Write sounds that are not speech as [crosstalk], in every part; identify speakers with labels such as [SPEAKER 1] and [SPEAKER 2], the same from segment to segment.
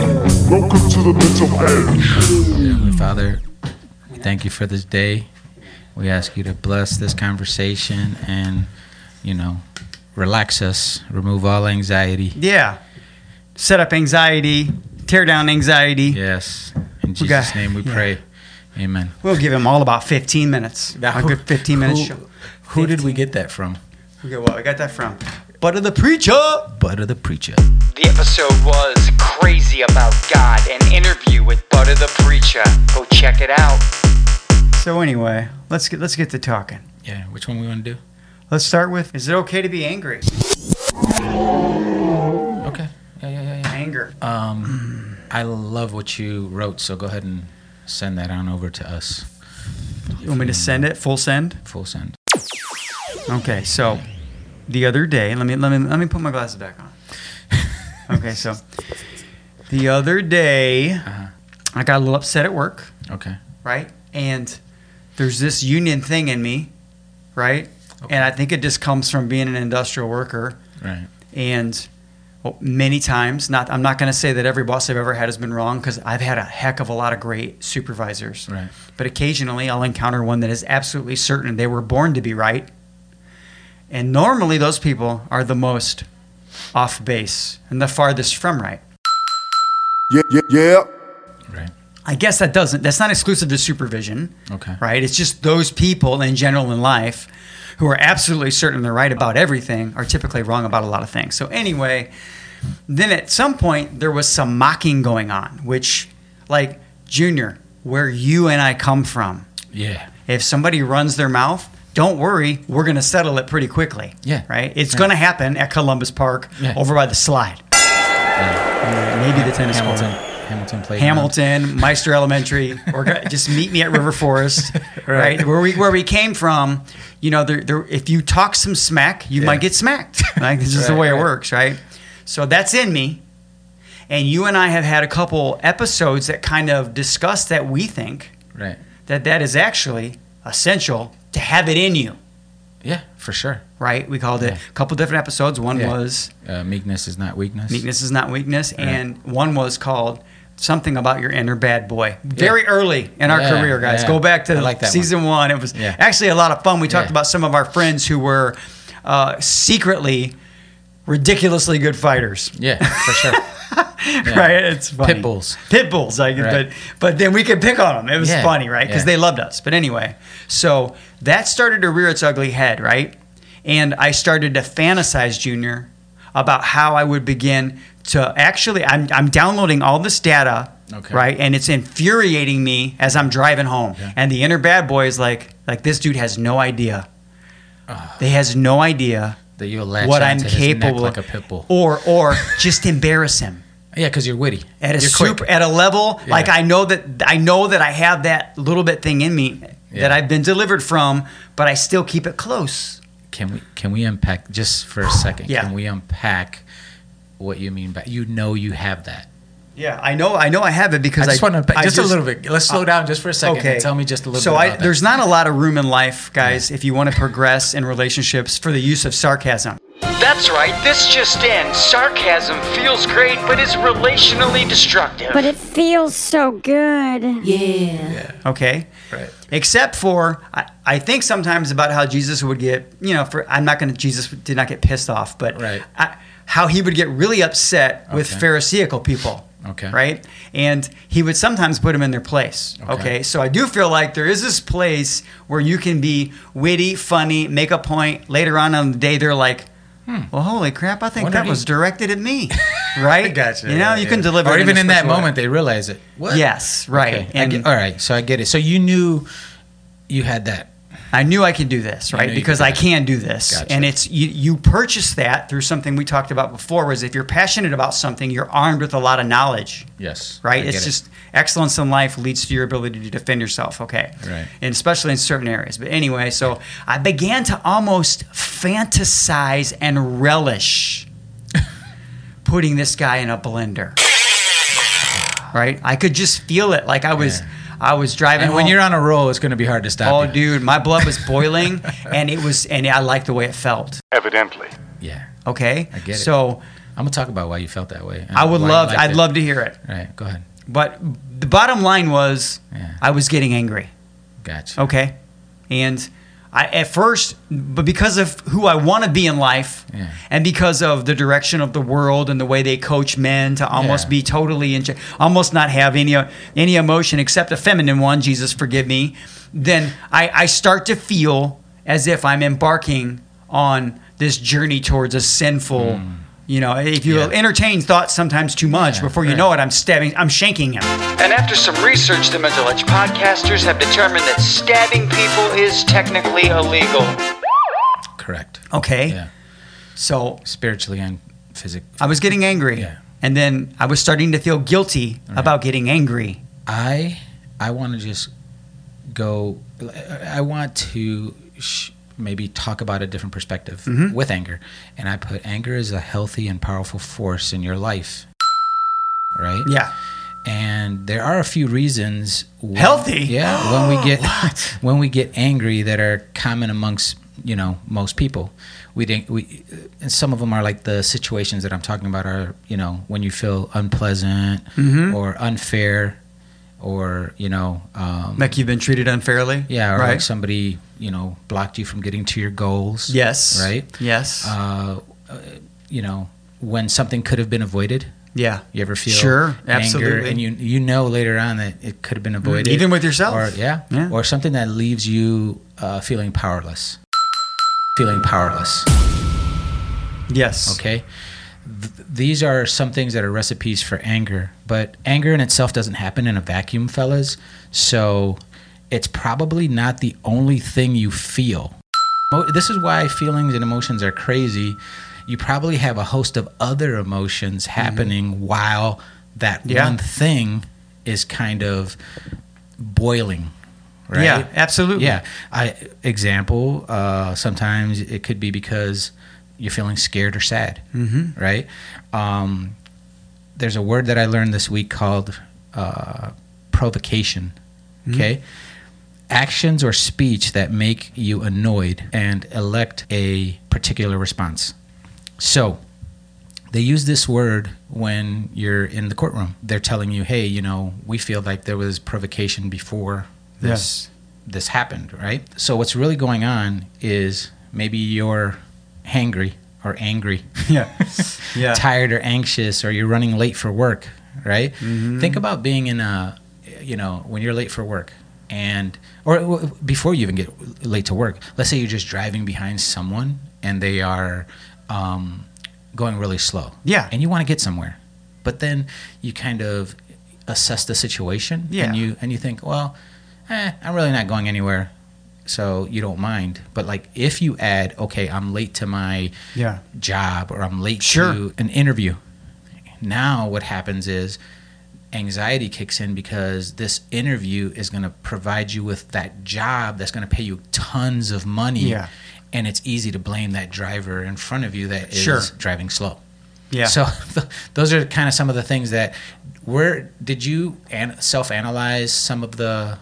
[SPEAKER 1] Welcome to the mental edge.
[SPEAKER 2] Heavenly Father, we thank you for this day. We ask you to bless this conversation and, you know, relax us, remove all anxiety.
[SPEAKER 3] Yeah. Set up anxiety, tear down anxiety.
[SPEAKER 2] Yes. In
[SPEAKER 3] We got-
[SPEAKER 2] Jesus' name we
[SPEAKER 3] yeah.
[SPEAKER 2] pray. Amen.
[SPEAKER 3] We'll give him all about 15 minutes. A good 15 minutes
[SPEAKER 2] Who,
[SPEAKER 3] show.
[SPEAKER 2] who did we get that from?
[SPEAKER 3] Okay, well, I got that from. But of the preacher.
[SPEAKER 2] Butter the preacher.
[SPEAKER 4] The episode was Crazy About God, an interview with Butter the Preacher. Go check it out.
[SPEAKER 3] So anyway, let's get let's get to talking.
[SPEAKER 2] Yeah. Which one we want to do?
[SPEAKER 3] Let's start with is it okay to be angry?
[SPEAKER 2] Okay. Yeah, yeah, yeah, yeah.
[SPEAKER 3] Anger.
[SPEAKER 2] Um, I love what you wrote, so go ahead and send that on over to us.
[SPEAKER 3] You want me to send it full send?
[SPEAKER 2] Full send.
[SPEAKER 3] Okay, so the other day, let me let me let me put my glasses back on. Okay, so the other day,
[SPEAKER 2] Uh-huh.
[SPEAKER 3] I got a little upset at work.
[SPEAKER 2] Okay.
[SPEAKER 3] right? And there's this union thing in me, right?
[SPEAKER 2] Okay.
[SPEAKER 3] And I think it just comes from being an industrial worker.
[SPEAKER 2] Right.
[SPEAKER 3] And well, many times, not I'm not going to say that every boss I've ever had has been wrong because I've had a heck of a lot of great supervisors.
[SPEAKER 2] Right.
[SPEAKER 3] But occasionally, I'll encounter one that is absolutely certain they were born to be right. And normally, those people are the most off base and the farthest from right.
[SPEAKER 1] Yeah, yeah, yeah.
[SPEAKER 2] Right.
[SPEAKER 3] I guess that doesn't. That's not exclusive to supervision.
[SPEAKER 2] Okay.
[SPEAKER 3] right? It's just those people in general in life who are absolutely certain they're right about everything are typically wrong about a lot of things. So, anyway, then at some point there was some mocking going on, which, like, Junior, where you and I come from,
[SPEAKER 2] Yeah.
[SPEAKER 3] if somebody runs their mouth, don't worry, we're going to settle it pretty quickly.
[SPEAKER 2] Yeah.
[SPEAKER 3] Right? It's
[SPEAKER 2] Yeah.
[SPEAKER 3] going to happen at Columbus Park
[SPEAKER 2] Yeah.
[SPEAKER 3] over by the slide. Maybe the tennis court.
[SPEAKER 2] Hamilton. Hamilton played.
[SPEAKER 3] Hamilton, Meister Elementary, or go- just meet me at River
[SPEAKER 2] [laughs]
[SPEAKER 3] Forest, right? Where we where we came from, you know, there, there, if you talk some smack, you
[SPEAKER 2] Yeah.
[SPEAKER 3] might get smacked. Like this is the
[SPEAKER 2] Right,
[SPEAKER 3] way it
[SPEAKER 2] right.
[SPEAKER 3] works, right? So that's in me, and you and I have had a couple episodes that kind of discuss that we think
[SPEAKER 2] Right.
[SPEAKER 3] that that is actually essential to have it in you,
[SPEAKER 2] Yeah, for sure.
[SPEAKER 3] right? We called it
[SPEAKER 2] Yeah.
[SPEAKER 3] a couple different episodes. One
[SPEAKER 2] Yeah.
[SPEAKER 3] was
[SPEAKER 2] Uh, meekness is not weakness.
[SPEAKER 3] Meekness is not weakness. And one was called something about your inner bad boy. Very early in our
[SPEAKER 2] Yeah,
[SPEAKER 3] career, guys.
[SPEAKER 2] yeah.
[SPEAKER 3] Go back
[SPEAKER 2] I
[SPEAKER 3] to
[SPEAKER 2] like that one.
[SPEAKER 3] season one. It was
[SPEAKER 2] Yeah.
[SPEAKER 3] actually a lot of fun. We talked
[SPEAKER 2] Yeah.
[SPEAKER 3] about some of our friends who were uh, secretly ridiculously good fighters.
[SPEAKER 2] Yeah, for
[SPEAKER 3] [laughs]
[SPEAKER 2] sure. Yeah.
[SPEAKER 3] Right, it's funny.
[SPEAKER 2] Pit bulls.
[SPEAKER 3] Pit bulls, I guess,
[SPEAKER 2] Right.
[SPEAKER 3] but but then we could pick on them. It was
[SPEAKER 2] Yeah,
[SPEAKER 3] funny, right? Because
[SPEAKER 2] yeah.
[SPEAKER 3] they loved us. But anyway, so that started to rear its ugly head, right? And I started to fantasize, Junior, about how I would begin to actually. I'm I'm downloading all this data,
[SPEAKER 2] Okay.
[SPEAKER 3] right? And it's infuriating me as I'm driving home.
[SPEAKER 2] Yeah.
[SPEAKER 3] And the inner bad boy is like, like this dude has no idea. They has no idea
[SPEAKER 2] That you'll Ah. latch
[SPEAKER 3] what
[SPEAKER 2] onto
[SPEAKER 3] I'm
[SPEAKER 2] his neck
[SPEAKER 3] capable
[SPEAKER 2] like
[SPEAKER 3] of,
[SPEAKER 2] a pit bull.
[SPEAKER 3] or or just embarrass him
[SPEAKER 2] Yeah, because you're witty.
[SPEAKER 3] at a
[SPEAKER 2] you're
[SPEAKER 3] super
[SPEAKER 2] Quick.
[SPEAKER 3] at a level
[SPEAKER 2] Yeah.
[SPEAKER 3] like I know that I know that I have that little bit thing in me that
[SPEAKER 2] Yeah.
[SPEAKER 3] I've been delivered from, but I still keep it close.
[SPEAKER 2] Can we can we unpack just for a second?
[SPEAKER 3] Yeah.
[SPEAKER 2] Can we unpack what you mean by you know you have that?
[SPEAKER 3] Yeah, I know. I know I have it
[SPEAKER 2] I
[SPEAKER 3] because I
[SPEAKER 2] just want to unpack
[SPEAKER 3] I
[SPEAKER 2] just, a little bit. Let's slow down just for a second.
[SPEAKER 3] Okay,
[SPEAKER 2] And tell me just a little
[SPEAKER 3] so
[SPEAKER 2] bit.
[SPEAKER 3] I,
[SPEAKER 2] about that.
[SPEAKER 3] there's not a lot of room in life, guys, if you want to progress in relationships for the use of sarcasm.
[SPEAKER 4] That's right, this just in. Sarcasm feels great, but is relationally destructive.
[SPEAKER 5] But it feels so good.
[SPEAKER 3] Okay.
[SPEAKER 2] Right.
[SPEAKER 3] Except for, I, I think sometimes about how Jesus would get, you know, for I'm not going to, Jesus did not get pissed off, but
[SPEAKER 2] Right.
[SPEAKER 3] I, how he would get really upset with
[SPEAKER 2] Okay.
[SPEAKER 3] Pharisaical people.
[SPEAKER 2] Okay.
[SPEAKER 3] Right? And he would sometimes put them in their place. Okay.
[SPEAKER 2] Okay.
[SPEAKER 3] So I do feel like there is this place where you can be witty, funny, make a point. Later on in the day, they're like, well, holy crap, I
[SPEAKER 2] Hmm.
[SPEAKER 3] think
[SPEAKER 2] Wonder
[SPEAKER 3] that
[SPEAKER 2] if
[SPEAKER 3] was
[SPEAKER 2] he-
[SPEAKER 3] directed
[SPEAKER 2] [laughs]
[SPEAKER 3] at me. Right? You know, you can deliver
[SPEAKER 2] Or
[SPEAKER 3] it
[SPEAKER 2] even
[SPEAKER 3] a
[SPEAKER 2] in that
[SPEAKER 3] special way.
[SPEAKER 2] moment, they realize it. What?
[SPEAKER 3] Yes, right.
[SPEAKER 2] Okay. I
[SPEAKER 3] And-
[SPEAKER 2] get- all right. So I get it. So you knew you had that.
[SPEAKER 3] I knew I could do this, right?
[SPEAKER 2] knew you
[SPEAKER 3] Because
[SPEAKER 2] could do
[SPEAKER 3] I
[SPEAKER 2] that.
[SPEAKER 3] can do this.
[SPEAKER 2] Gotcha.
[SPEAKER 3] And it's you you purchase that through something we talked about before was if you're passionate about something, you're armed with a lot of knowledge.
[SPEAKER 2] Yes.
[SPEAKER 3] Right?
[SPEAKER 2] I
[SPEAKER 3] It's
[SPEAKER 2] get it.
[SPEAKER 3] just excellence in life leads to your ability to defend yourself, okay?
[SPEAKER 2] Right.
[SPEAKER 3] And especially in certain areas. But anyway, so I began to almost fantasize
[SPEAKER 2] [laughs]
[SPEAKER 3] and relish putting this guy in a blender. Right? I could just feel it like I was
[SPEAKER 2] Yeah.
[SPEAKER 3] I was driving
[SPEAKER 2] And when
[SPEAKER 3] home.
[SPEAKER 2] you're on a roll, it's going to be hard to stop.
[SPEAKER 3] Oh,
[SPEAKER 2] you.
[SPEAKER 3] dude, my blood was boiling, and it was, and I liked the way it felt.
[SPEAKER 1] Evidently.
[SPEAKER 2] Yeah.
[SPEAKER 3] Okay,
[SPEAKER 2] I get it.
[SPEAKER 3] So
[SPEAKER 2] I'm gonna talk about why you felt that way. and
[SPEAKER 3] I would
[SPEAKER 2] why you
[SPEAKER 3] love,
[SPEAKER 2] liked
[SPEAKER 3] I'd
[SPEAKER 2] it.
[SPEAKER 3] love to hear it.
[SPEAKER 2] Right, go ahead.
[SPEAKER 3] But the bottom line was,
[SPEAKER 2] Yeah.
[SPEAKER 3] I was getting angry.
[SPEAKER 2] Gotcha.
[SPEAKER 3] Okay, and I at first, but because of who I want to be in life,
[SPEAKER 2] Yeah.
[SPEAKER 3] and because of the direction of the world and the way they coach men to almost
[SPEAKER 2] Yeah.
[SPEAKER 3] be totally in, almost not have any any emotion except a feminine one. Jesus, forgive me. Then I, I start to feel as if I'm embarking on this journey towards a sinful. You know, if you
[SPEAKER 2] Hmm. Yeah.
[SPEAKER 3] entertain thoughts sometimes too much,
[SPEAKER 2] Yeah,
[SPEAKER 3] before you
[SPEAKER 2] right.
[SPEAKER 3] know it, I'm stabbing, I'm shanking him.
[SPEAKER 4] And after some research, the mental edge podcasters have determined that stabbing people is technically illegal.
[SPEAKER 2] Correct.
[SPEAKER 3] Okay,
[SPEAKER 2] Yeah.
[SPEAKER 3] so
[SPEAKER 2] Spiritually and physically.
[SPEAKER 3] I was getting angry.
[SPEAKER 2] Yeah.
[SPEAKER 3] And then I was starting to feel guilty about getting angry.
[SPEAKER 2] I I want to just go. I want to sh- maybe talk about a different perspective
[SPEAKER 3] Mm-hmm.
[SPEAKER 2] with anger, and I put anger as a healthy and powerful force in your life, right?
[SPEAKER 3] Yeah.
[SPEAKER 2] And there are a few reasons. When,
[SPEAKER 3] Healthy?
[SPEAKER 2] Yeah. When
[SPEAKER 3] [gasps]
[SPEAKER 2] we get
[SPEAKER 3] What?
[SPEAKER 2] [laughs] when we get angry, that are common amongst you know most people. We didn't. We and some of them are like the situations that I'm talking about are you know when you feel unpleasant
[SPEAKER 3] Mm-hmm.
[SPEAKER 2] or unfair or you know um,
[SPEAKER 3] Like you've been treated unfairly.
[SPEAKER 2] yeah or
[SPEAKER 3] right.
[SPEAKER 2] like somebody you know blocked you from getting to your goals
[SPEAKER 3] yes.
[SPEAKER 2] right
[SPEAKER 3] Yes.
[SPEAKER 2] uh, uh, you know when something could have been avoided
[SPEAKER 3] yeah.
[SPEAKER 2] you ever feel
[SPEAKER 3] Sure,
[SPEAKER 2] anger,
[SPEAKER 3] absolutely. Mm-hmm.
[SPEAKER 2] and you you know later on that it could have been avoided,
[SPEAKER 3] Even with yourself.
[SPEAKER 2] or yeah,
[SPEAKER 3] Yeah.
[SPEAKER 2] or something that leaves you uh, feeling powerless, feeling powerless.
[SPEAKER 3] Yes.
[SPEAKER 2] Okay, Th- these are some things that are recipes for anger, but anger in itself doesn't happen in a vacuum, fellas. So it's probably not the only thing you feel. Mo- This is why feelings and emotions are crazy. You probably have a host of other emotions happening while that
[SPEAKER 3] Mm-hmm. Yeah.
[SPEAKER 2] one thing is kind of boiling. Right?
[SPEAKER 3] Yeah, absolutely.
[SPEAKER 2] Yeah. I example. Uh, sometimes it could be because you're feeling scared or sad. Mm-hmm. Right. Um, there's a word that I learned this week called uh, provocation. Okay. Actions or speech that make you annoyed and elect a particular response. So they use this word when you're in the courtroom. They're telling you, hey, you know, we feel like there was provocation before this this happened, right? So what's really going on is maybe you're hangry or angry
[SPEAKER 3] [laughs]
[SPEAKER 2] [laughs]
[SPEAKER 3] Yeah. Yeah.
[SPEAKER 2] tired or anxious or you're running late for work, right?
[SPEAKER 3] Mm-hmm.
[SPEAKER 2] Think about being in a, you know, when you're late for work and, or w- before you even get late to work, let's say you're just driving behind someone and they are um, going really slow.
[SPEAKER 3] Yeah.
[SPEAKER 2] And you want to get somewhere. But then you kind of assess the situation
[SPEAKER 3] Yeah.
[SPEAKER 2] and you, and you think, well, eh, I'm really not going anywhere. So you don't mind. But like if you add, okay, I'm late to my
[SPEAKER 3] Yeah.
[SPEAKER 2] job or I'm late
[SPEAKER 3] Sure.
[SPEAKER 2] to an interview. Now what happens is anxiety kicks in because this interview is going to provide you with that job that's going to pay you tons of money.
[SPEAKER 3] Yeah.
[SPEAKER 2] And it's easy to blame that driver in front of you that is
[SPEAKER 3] Sure.
[SPEAKER 2] driving slow.
[SPEAKER 3] Yeah.
[SPEAKER 2] So [laughs] th- those are kind of some of the things that where did you an- self-analyze some of the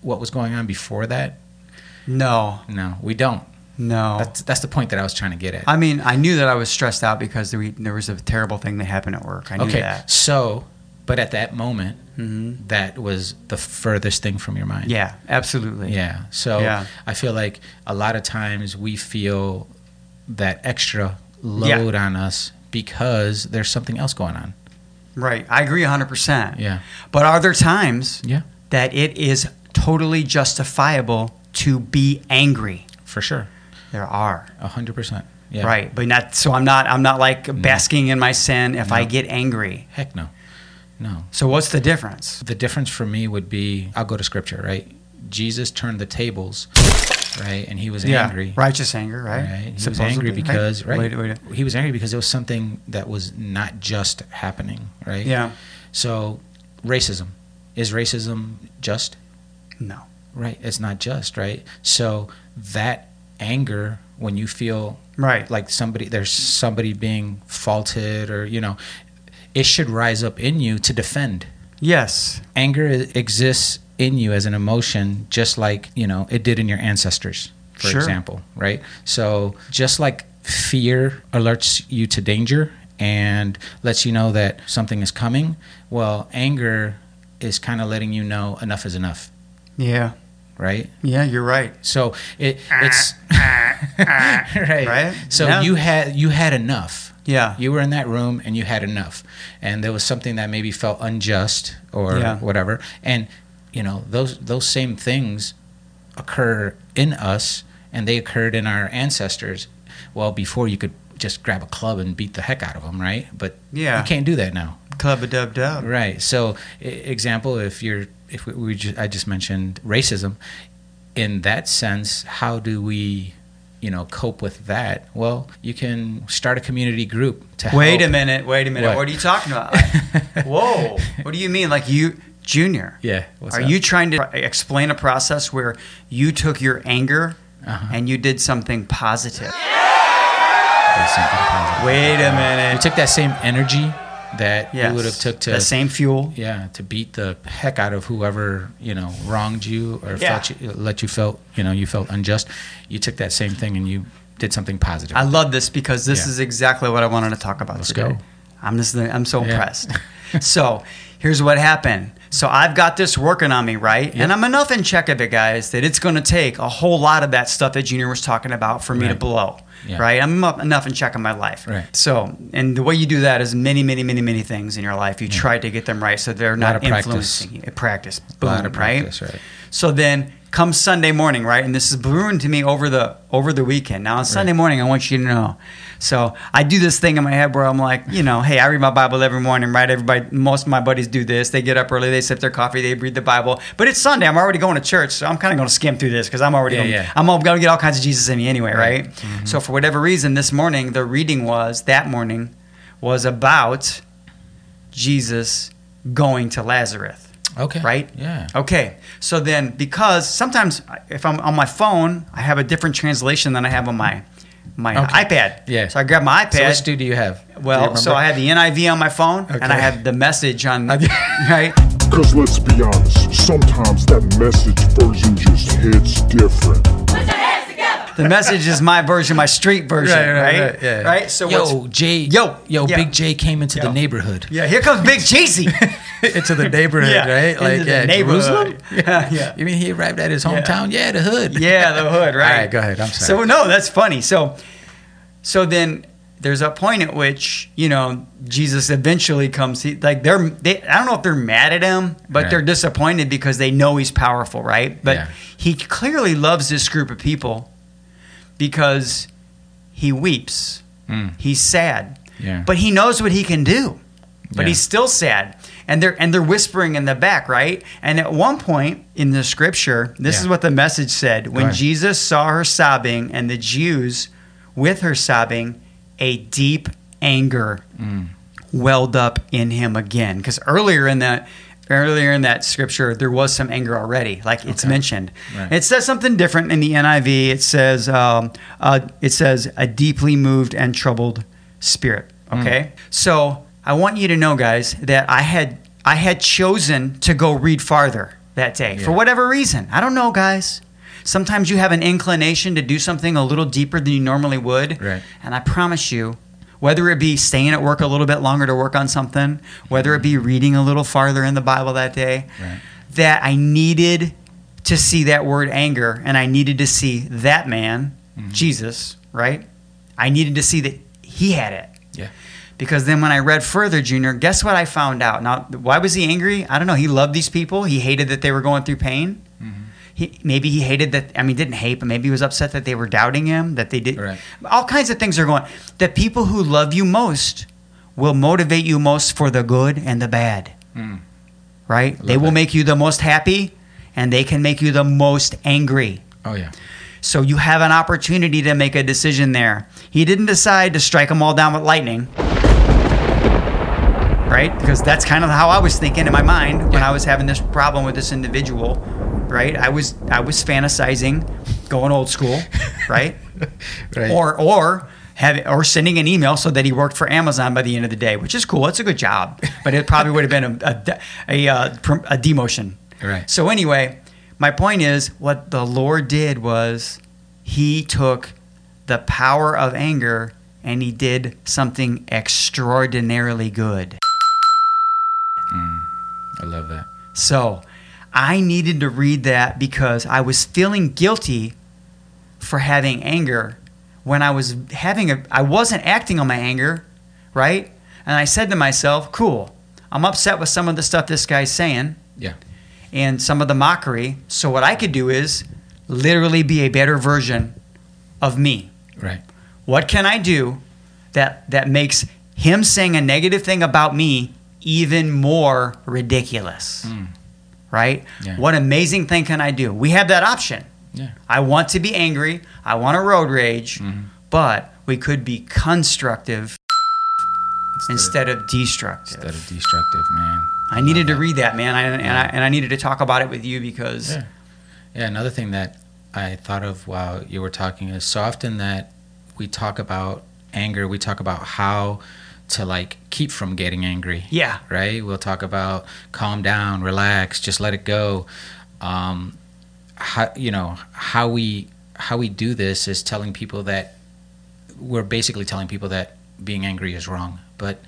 [SPEAKER 2] what was going on before that?
[SPEAKER 3] no.
[SPEAKER 2] No, we don't.
[SPEAKER 3] No.
[SPEAKER 2] That's that's the point that I was trying to get at.
[SPEAKER 3] I mean, I knew that I was stressed out because there, we, there was a terrible thing that happened at work. I knew
[SPEAKER 2] Okay.
[SPEAKER 3] that. Mm-hmm.
[SPEAKER 2] So, but at that moment, that was the furthest thing from your mind.
[SPEAKER 3] Yeah. Absolutely.
[SPEAKER 2] Yeah. So
[SPEAKER 3] Yeah.
[SPEAKER 2] I feel like a lot of times we feel that extra load on us because there's something else going on.
[SPEAKER 3] Right. I agree 100%.
[SPEAKER 2] Yeah.
[SPEAKER 3] But are there times
[SPEAKER 2] Yeah.
[SPEAKER 3] that it is totally justifiable to be angry?
[SPEAKER 2] For sure.
[SPEAKER 3] There are.
[SPEAKER 2] A hundred percent. Yeah. Mm-hmm.
[SPEAKER 3] Right, but not so I'm not I'm not like basking in my sin if I get angry.
[SPEAKER 2] Heck no. No.
[SPEAKER 3] So what's the difference?
[SPEAKER 2] The difference for me would be I'll go to scripture, right? Jesus turned the tables, right? And he was angry.
[SPEAKER 3] righteous anger, right?
[SPEAKER 2] Right. He was
[SPEAKER 3] Supposedly,
[SPEAKER 2] angry
[SPEAKER 3] right?
[SPEAKER 2] because right.
[SPEAKER 3] Wait, wait.
[SPEAKER 2] He was angry because it was something that was not just happening, right?
[SPEAKER 3] Yeah.
[SPEAKER 2] So racism. Is racism just?
[SPEAKER 3] No.
[SPEAKER 2] Right. It's not just, right? So that anger when you feel
[SPEAKER 3] Right.
[SPEAKER 2] like somebody there's somebody being faulted or you know it should rise up in you to defend.
[SPEAKER 3] Yes.
[SPEAKER 2] Anger i- exists in you as an emotion just like, you know, it did in your ancestors, for
[SPEAKER 3] Sure.
[SPEAKER 2] example, right? So just like fear alerts you to danger and lets you know that something is coming. Well, anger is kind of letting you know enough is enough,
[SPEAKER 3] Yeah.
[SPEAKER 2] right?
[SPEAKER 3] Yeah, you're right.
[SPEAKER 2] So it, it's [laughs] right.
[SPEAKER 3] Ah, Right?
[SPEAKER 2] So
[SPEAKER 3] Yeah.
[SPEAKER 2] you had you had enough.
[SPEAKER 3] Yeah.
[SPEAKER 2] You were in that room and you had enough, and there was something that maybe felt unjust or
[SPEAKER 3] Yeah.
[SPEAKER 2] whatever. And you know those those same things occur in us, and they occurred in our ancestors. Well, before you could just grab a club and beat the heck out of them, right? But
[SPEAKER 3] Yeah.
[SPEAKER 2] you can't do that now.
[SPEAKER 3] Club a dub dub.
[SPEAKER 2] Right. So, e- example, if you're, if we, we just, I just mentioned racism, in that sense, how do we, you know, cope with that? Well, you can start a community group to
[SPEAKER 3] Wait
[SPEAKER 2] help.
[SPEAKER 3] a minute. Wait a minute. What,
[SPEAKER 2] What?
[SPEAKER 3] are you talking about?
[SPEAKER 2] [laughs]
[SPEAKER 3] Like, whoa. What do you mean? Like you, Junior?
[SPEAKER 2] Yeah. what's
[SPEAKER 3] are
[SPEAKER 2] up?
[SPEAKER 3] you trying to explain a process where you took your anger
[SPEAKER 2] Uh-huh.
[SPEAKER 3] and you did something positive?
[SPEAKER 2] There's something positive.
[SPEAKER 3] Wait a
[SPEAKER 2] We
[SPEAKER 3] minute.
[SPEAKER 2] took that same energy that
[SPEAKER 3] Yes.
[SPEAKER 2] you would have took to
[SPEAKER 3] the same fuel.
[SPEAKER 2] yeah to beat the heck out of whoever you know wronged you or
[SPEAKER 3] Yeah.
[SPEAKER 2] felt you, let you felt you know you felt unjust. You took that same thing and you did something positive.
[SPEAKER 3] I love this because this
[SPEAKER 2] Yeah.
[SPEAKER 3] is exactly what I wanted to talk about
[SPEAKER 2] Let's
[SPEAKER 3] today.
[SPEAKER 2] go.
[SPEAKER 3] I'm just I'm so
[SPEAKER 2] Yeah. [laughs]
[SPEAKER 3] impressed. so here's what happened. So I've got this working on me, right? And I'm enough in check of it, guys, that it's going to take a whole lot of that stuff that Junior was talking about for me to
[SPEAKER 2] Right.
[SPEAKER 3] blow.
[SPEAKER 2] Yeah.
[SPEAKER 3] Right, I'm up enough in check of my life.
[SPEAKER 2] Right.
[SPEAKER 3] So, and the way you do that is many, many, many, many things in your life. You try to get them right, so they're
[SPEAKER 2] Lot
[SPEAKER 3] not
[SPEAKER 2] of practice.
[SPEAKER 3] influencing you. Practice, boom,
[SPEAKER 2] Lot of practice,
[SPEAKER 3] right?
[SPEAKER 2] right.
[SPEAKER 3] So then come Sunday morning, right? And this is brewing to me over the over the weekend. Now on Sunday morning, I want you to know. So I do this thing in my head where I'm like, you know, hey, I read my Bible every morning, right? Everybody, most of my buddies do this. They get up early, they sip their coffee, they read the Bible. But it's Sunday. I'm already going to church, so I'm kind of going to skim through this because I'm already
[SPEAKER 2] Yeah,
[SPEAKER 3] gonna,
[SPEAKER 2] yeah. Mm-hmm.
[SPEAKER 3] I'm going to get all kinds of Jesus in me anyway, right? So for whatever reason, this morning the reading was that morning was about Jesus going to Lazarus.
[SPEAKER 2] okay.
[SPEAKER 3] Right?
[SPEAKER 2] Yeah.
[SPEAKER 3] Okay. So then, because sometimes if I'm on my phone, I have a different translation than I have on my my
[SPEAKER 2] Okay.
[SPEAKER 3] iPad.
[SPEAKER 2] Yeah.
[SPEAKER 3] So I grab my
[SPEAKER 2] So
[SPEAKER 3] iPad.
[SPEAKER 2] which dude do you have? Do you
[SPEAKER 3] well, so
[SPEAKER 2] remember?
[SPEAKER 3] I have the NIV on my phone, and I
[SPEAKER 2] Okay.
[SPEAKER 3] have the message
[SPEAKER 2] [laughs]
[SPEAKER 3] on.
[SPEAKER 2] Okay.
[SPEAKER 3] right.
[SPEAKER 1] Cause let's be honest, sometimes that message version just hits different.
[SPEAKER 3] The message is my version, my street version. Right. Right.
[SPEAKER 2] yeah.
[SPEAKER 3] So
[SPEAKER 2] yo,
[SPEAKER 3] what's-
[SPEAKER 2] Jay,
[SPEAKER 3] Yo,
[SPEAKER 2] yo,
[SPEAKER 3] yeah.
[SPEAKER 2] Big J came into
[SPEAKER 3] Yo.
[SPEAKER 2] the neighborhood,
[SPEAKER 3] [laughs] Yeah. Here comes Big Jeezy.
[SPEAKER 2] [laughs] into the neighborhood,
[SPEAKER 3] Yeah, into
[SPEAKER 2] right? Like,
[SPEAKER 3] the
[SPEAKER 2] yeah, Jerusalem.
[SPEAKER 3] neighborhood. [laughs] Yeah, yeah.
[SPEAKER 2] You mean he arrived at his hometown? Yeah, the hood.
[SPEAKER 3] [laughs] Yeah, the hood, right?
[SPEAKER 2] All right, go ahead. I'm sorry.
[SPEAKER 3] So no, that's funny. So so then there's a point at which, you know, Jesus eventually comes he, like they're they I don't know if they're mad at him, but
[SPEAKER 2] Right.
[SPEAKER 3] they're disappointed because they know he's powerful, right? But
[SPEAKER 2] Yeah.
[SPEAKER 3] he clearly loves this group of people because he weeps.
[SPEAKER 2] Hmm.
[SPEAKER 3] He's sad.
[SPEAKER 2] Yeah.
[SPEAKER 3] But he knows what he can do. But
[SPEAKER 2] Yeah.
[SPEAKER 3] he's still sad. And they're and they're whispering in the back, right? And at one point in the scripture, this
[SPEAKER 2] Yeah.
[SPEAKER 3] is what the message said. When
[SPEAKER 2] ahead.
[SPEAKER 3] Jesus saw her sobbing and the Jews with her sobbing, a deep anger
[SPEAKER 2] Mm.
[SPEAKER 3] welled up in him again. Because earlier in that earlier in that scripture there was some anger already like it's mentioned
[SPEAKER 2] Right.
[SPEAKER 3] it says something different in the niv it says um, uh, it says a deeply moved and troubled spirit
[SPEAKER 2] Hmm.
[SPEAKER 3] okay so i want you to know guys that i had i had chosen to go read farther that day for whatever reason i don't know guys sometimes you have an inclination to do something a little deeper than you normally would
[SPEAKER 2] Right.
[SPEAKER 3] and I promise you, whether it be staying at work a little bit longer to work on something, whether it be reading a little farther in the Bible that day,
[SPEAKER 2] Right.
[SPEAKER 3] that I needed to see that word anger and I needed to see that man,
[SPEAKER 2] Mm-hmm.
[SPEAKER 3] Jesus, right? I needed to see that he had it.
[SPEAKER 2] Yeah.
[SPEAKER 3] Because then when I read further, Junior, guess what I found out? Now, why was he angry? I don't know. He loved these people. He hated that they were going through pain.
[SPEAKER 2] Mm-hmm.
[SPEAKER 3] He, maybe he hated that. I mean, didn't hate, but maybe he was upset that they were doubting him. That they did
[SPEAKER 2] Right.
[SPEAKER 3] all kinds of things are going. The people who love you most will motivate you most for the good and the bad. Right? They will
[SPEAKER 2] Mm. that.
[SPEAKER 3] make you the most happy, and they can make you the most angry.
[SPEAKER 2] Oh yeah.
[SPEAKER 3] So you have an opportunity to make a decision there. He didn't decide to strike them all down with lightning. Right? Because that's kind of how I was thinking in my mind when
[SPEAKER 2] Yeah.
[SPEAKER 3] I was having this problem with this individual, right? I was I was fantasizing going old
[SPEAKER 2] [laughs]
[SPEAKER 3] school, right?
[SPEAKER 2] Right.
[SPEAKER 3] Or or have, or sending an email so that he worked for Amazon by the end of the day, which is cool. It's a good job, but it probably would have been a, a, de- a, uh, prom- a demotion.
[SPEAKER 2] Right.
[SPEAKER 3] So anyway, my point is what the Lord did was he took the power of anger and he did something extraordinarily good.
[SPEAKER 2] I love that.
[SPEAKER 3] So I needed to read that because I was feeling guilty for having anger when I was having a I wasn't acting on my anger, right? And I said to myself, cool, I'm upset with some of the stuff this guy's saying
[SPEAKER 2] Yeah.
[SPEAKER 3] and some of the mockery. So what I could do is literally be a better version of me.
[SPEAKER 2] Right.
[SPEAKER 3] What can I do that that makes him saying a negative thing about me even more ridiculous? Right?
[SPEAKER 2] Hmm. Yeah.
[SPEAKER 3] What amazing thing can I do? We have that option.
[SPEAKER 2] Yeah.
[SPEAKER 3] I want to be angry. I want to road rage,
[SPEAKER 2] Mm-hmm.
[SPEAKER 3] but we could be constructive instead of destructive.
[SPEAKER 2] Instead of destructive, man.
[SPEAKER 3] I needed to read that, man, I, and, I, and I needed to talk about it with you because
[SPEAKER 2] Yeah. Yeah, another thing that I thought of while you were talking is so often that we talk about anger, we talk about how to like keep from getting angry.
[SPEAKER 3] Yeah.
[SPEAKER 2] Right? We'll talk about calm down, relax, just let it go. Um how you know, how we how we do this is telling people that we're basically telling people that being angry is wrong. But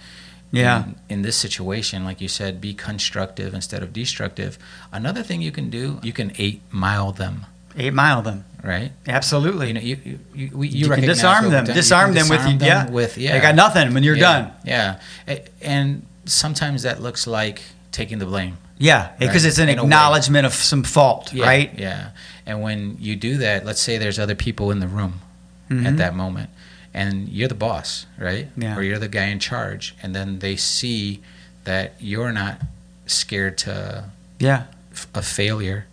[SPEAKER 3] Yeah.
[SPEAKER 2] in, in this situation, like you said, be constructive instead of destructive. Another thing you can do, you can eight mile them,
[SPEAKER 3] eight mile them.
[SPEAKER 2] right?
[SPEAKER 3] Absolutely.
[SPEAKER 2] You know, you you you, we-
[SPEAKER 3] you,
[SPEAKER 2] you,
[SPEAKER 3] can
[SPEAKER 2] recognize
[SPEAKER 3] disarm
[SPEAKER 2] what
[SPEAKER 3] them.
[SPEAKER 2] we've done. You
[SPEAKER 3] Disarm
[SPEAKER 2] can
[SPEAKER 3] them with
[SPEAKER 2] disarm
[SPEAKER 3] you. Yeah.
[SPEAKER 2] them with yeah.
[SPEAKER 3] They got nothing when you're
[SPEAKER 2] Yeah,
[SPEAKER 3] done.
[SPEAKER 2] Yeah, A- and sometimes that looks like taking the blame.
[SPEAKER 3] Yeah, because
[SPEAKER 2] Right.
[SPEAKER 3] it's an
[SPEAKER 2] In a way.
[SPEAKER 3] acknowledgement of some fault,
[SPEAKER 2] Yeah,
[SPEAKER 3] right?
[SPEAKER 2] Yeah. And when you do that, let's say there's other people in the room at that moment, and you're the boss, right?
[SPEAKER 3] Mm-hmm. Yeah.
[SPEAKER 2] Or you're the guy in charge, and then they see that you're not scared to
[SPEAKER 3] Yeah.
[SPEAKER 2] f- a failure,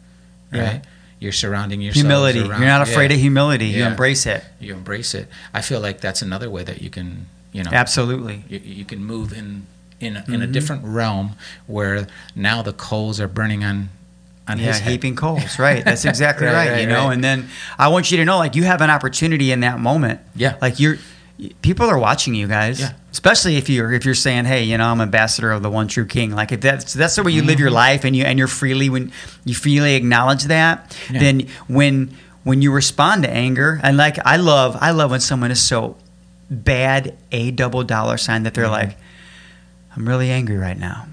[SPEAKER 2] right?
[SPEAKER 3] Yeah.
[SPEAKER 2] You're surrounding yourself.
[SPEAKER 3] Humility.
[SPEAKER 2] around-
[SPEAKER 3] You're not afraid
[SPEAKER 2] yeah,
[SPEAKER 3] of humility. You
[SPEAKER 2] Yeah.
[SPEAKER 3] embrace it.
[SPEAKER 2] You embrace it. I feel like that's another way that you can, you know,
[SPEAKER 3] Absolutely.
[SPEAKER 2] you, you can move in in a, in
[SPEAKER 3] Mm-hmm.
[SPEAKER 2] a different realm where now the coals are burning on on
[SPEAKER 3] Yeah,
[SPEAKER 2] his head. [laughs]
[SPEAKER 3] heaping coals. Right. That's exactly
[SPEAKER 2] Right,
[SPEAKER 3] right,
[SPEAKER 2] right,
[SPEAKER 3] You know,
[SPEAKER 2] right.
[SPEAKER 3] and then I want you to know, like, you have an opportunity in that moment.
[SPEAKER 2] Yeah.
[SPEAKER 3] Like you're, people are watching you guys.
[SPEAKER 2] Yeah.
[SPEAKER 3] Especially if you're if you're saying, hey, you know, I'm ambassador of the one true King. Like if that's that's the way you live
[SPEAKER 2] Mm-hmm.
[SPEAKER 3] your life, and you and you're freely when you freely acknowledge that,
[SPEAKER 2] Yeah.
[SPEAKER 3] then when when you respond to anger, and like I love I love when someone is so bad a double dollar sign that they're
[SPEAKER 2] Mm-hmm.
[SPEAKER 3] like, I'm really angry right now.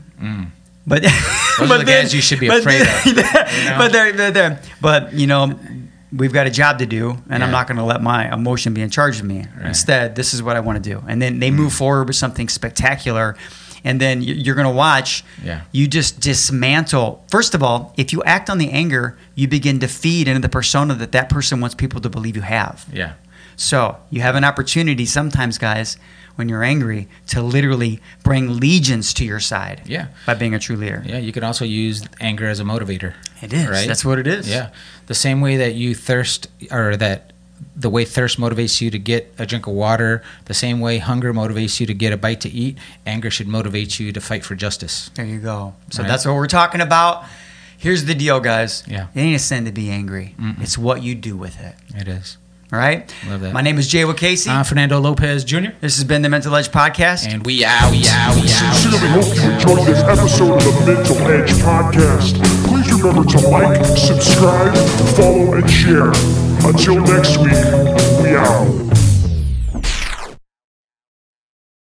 [SPEAKER 3] But
[SPEAKER 2] Mm. Those
[SPEAKER 3] [laughs] but
[SPEAKER 2] are the
[SPEAKER 3] then-
[SPEAKER 2] guys you should be
[SPEAKER 3] but [laughs]
[SPEAKER 2] afraid
[SPEAKER 3] then-
[SPEAKER 2] of. you know?
[SPEAKER 3] but they're, they're, they're, but you know, we've got a job to do, and I'm
[SPEAKER 2] Yeah.
[SPEAKER 3] not going to let my emotion be in charge of me. Instead, this is what I want to do, and then they move forward with something spectacular, and then you- you're going to watch.
[SPEAKER 2] Yeah.
[SPEAKER 3] You just dismantle. First of all, if you act on the anger, you begin to feed into the persona that that person wants people to believe you have.
[SPEAKER 2] yeah.
[SPEAKER 3] So you have an opportunity sometimes, guys, when you're angry, to literally bring legions to your side.
[SPEAKER 2] Yeah.
[SPEAKER 3] By being a true leader.
[SPEAKER 2] Yeah, you can also use anger as a motivator.
[SPEAKER 3] It is. That's what it is.
[SPEAKER 2] Yeah. The same way that you thirst or that the way thirst motivates you to get a drink of water, the same way hunger motivates you to get a bite to eat, anger should motivate you to fight for justice.
[SPEAKER 3] There you go. So
[SPEAKER 2] Right.
[SPEAKER 3] that's what we're talking about. Here's the deal, guys.
[SPEAKER 2] Yeah.
[SPEAKER 3] It ain't a sin to be angry. It's what you do with it.
[SPEAKER 2] It is.
[SPEAKER 3] All right.
[SPEAKER 2] Love that.
[SPEAKER 3] My name is Jay Wakasey.
[SPEAKER 2] I'm Fernando Lopez Jr.
[SPEAKER 3] this has been the Mental Edge Podcast.
[SPEAKER 2] And we out, we out, we out.
[SPEAKER 1] Sincerely hope you enjoyed this episode of the Mental Edge Podcast. Please remember to like, subscribe, follow, and share. Until next week, we out.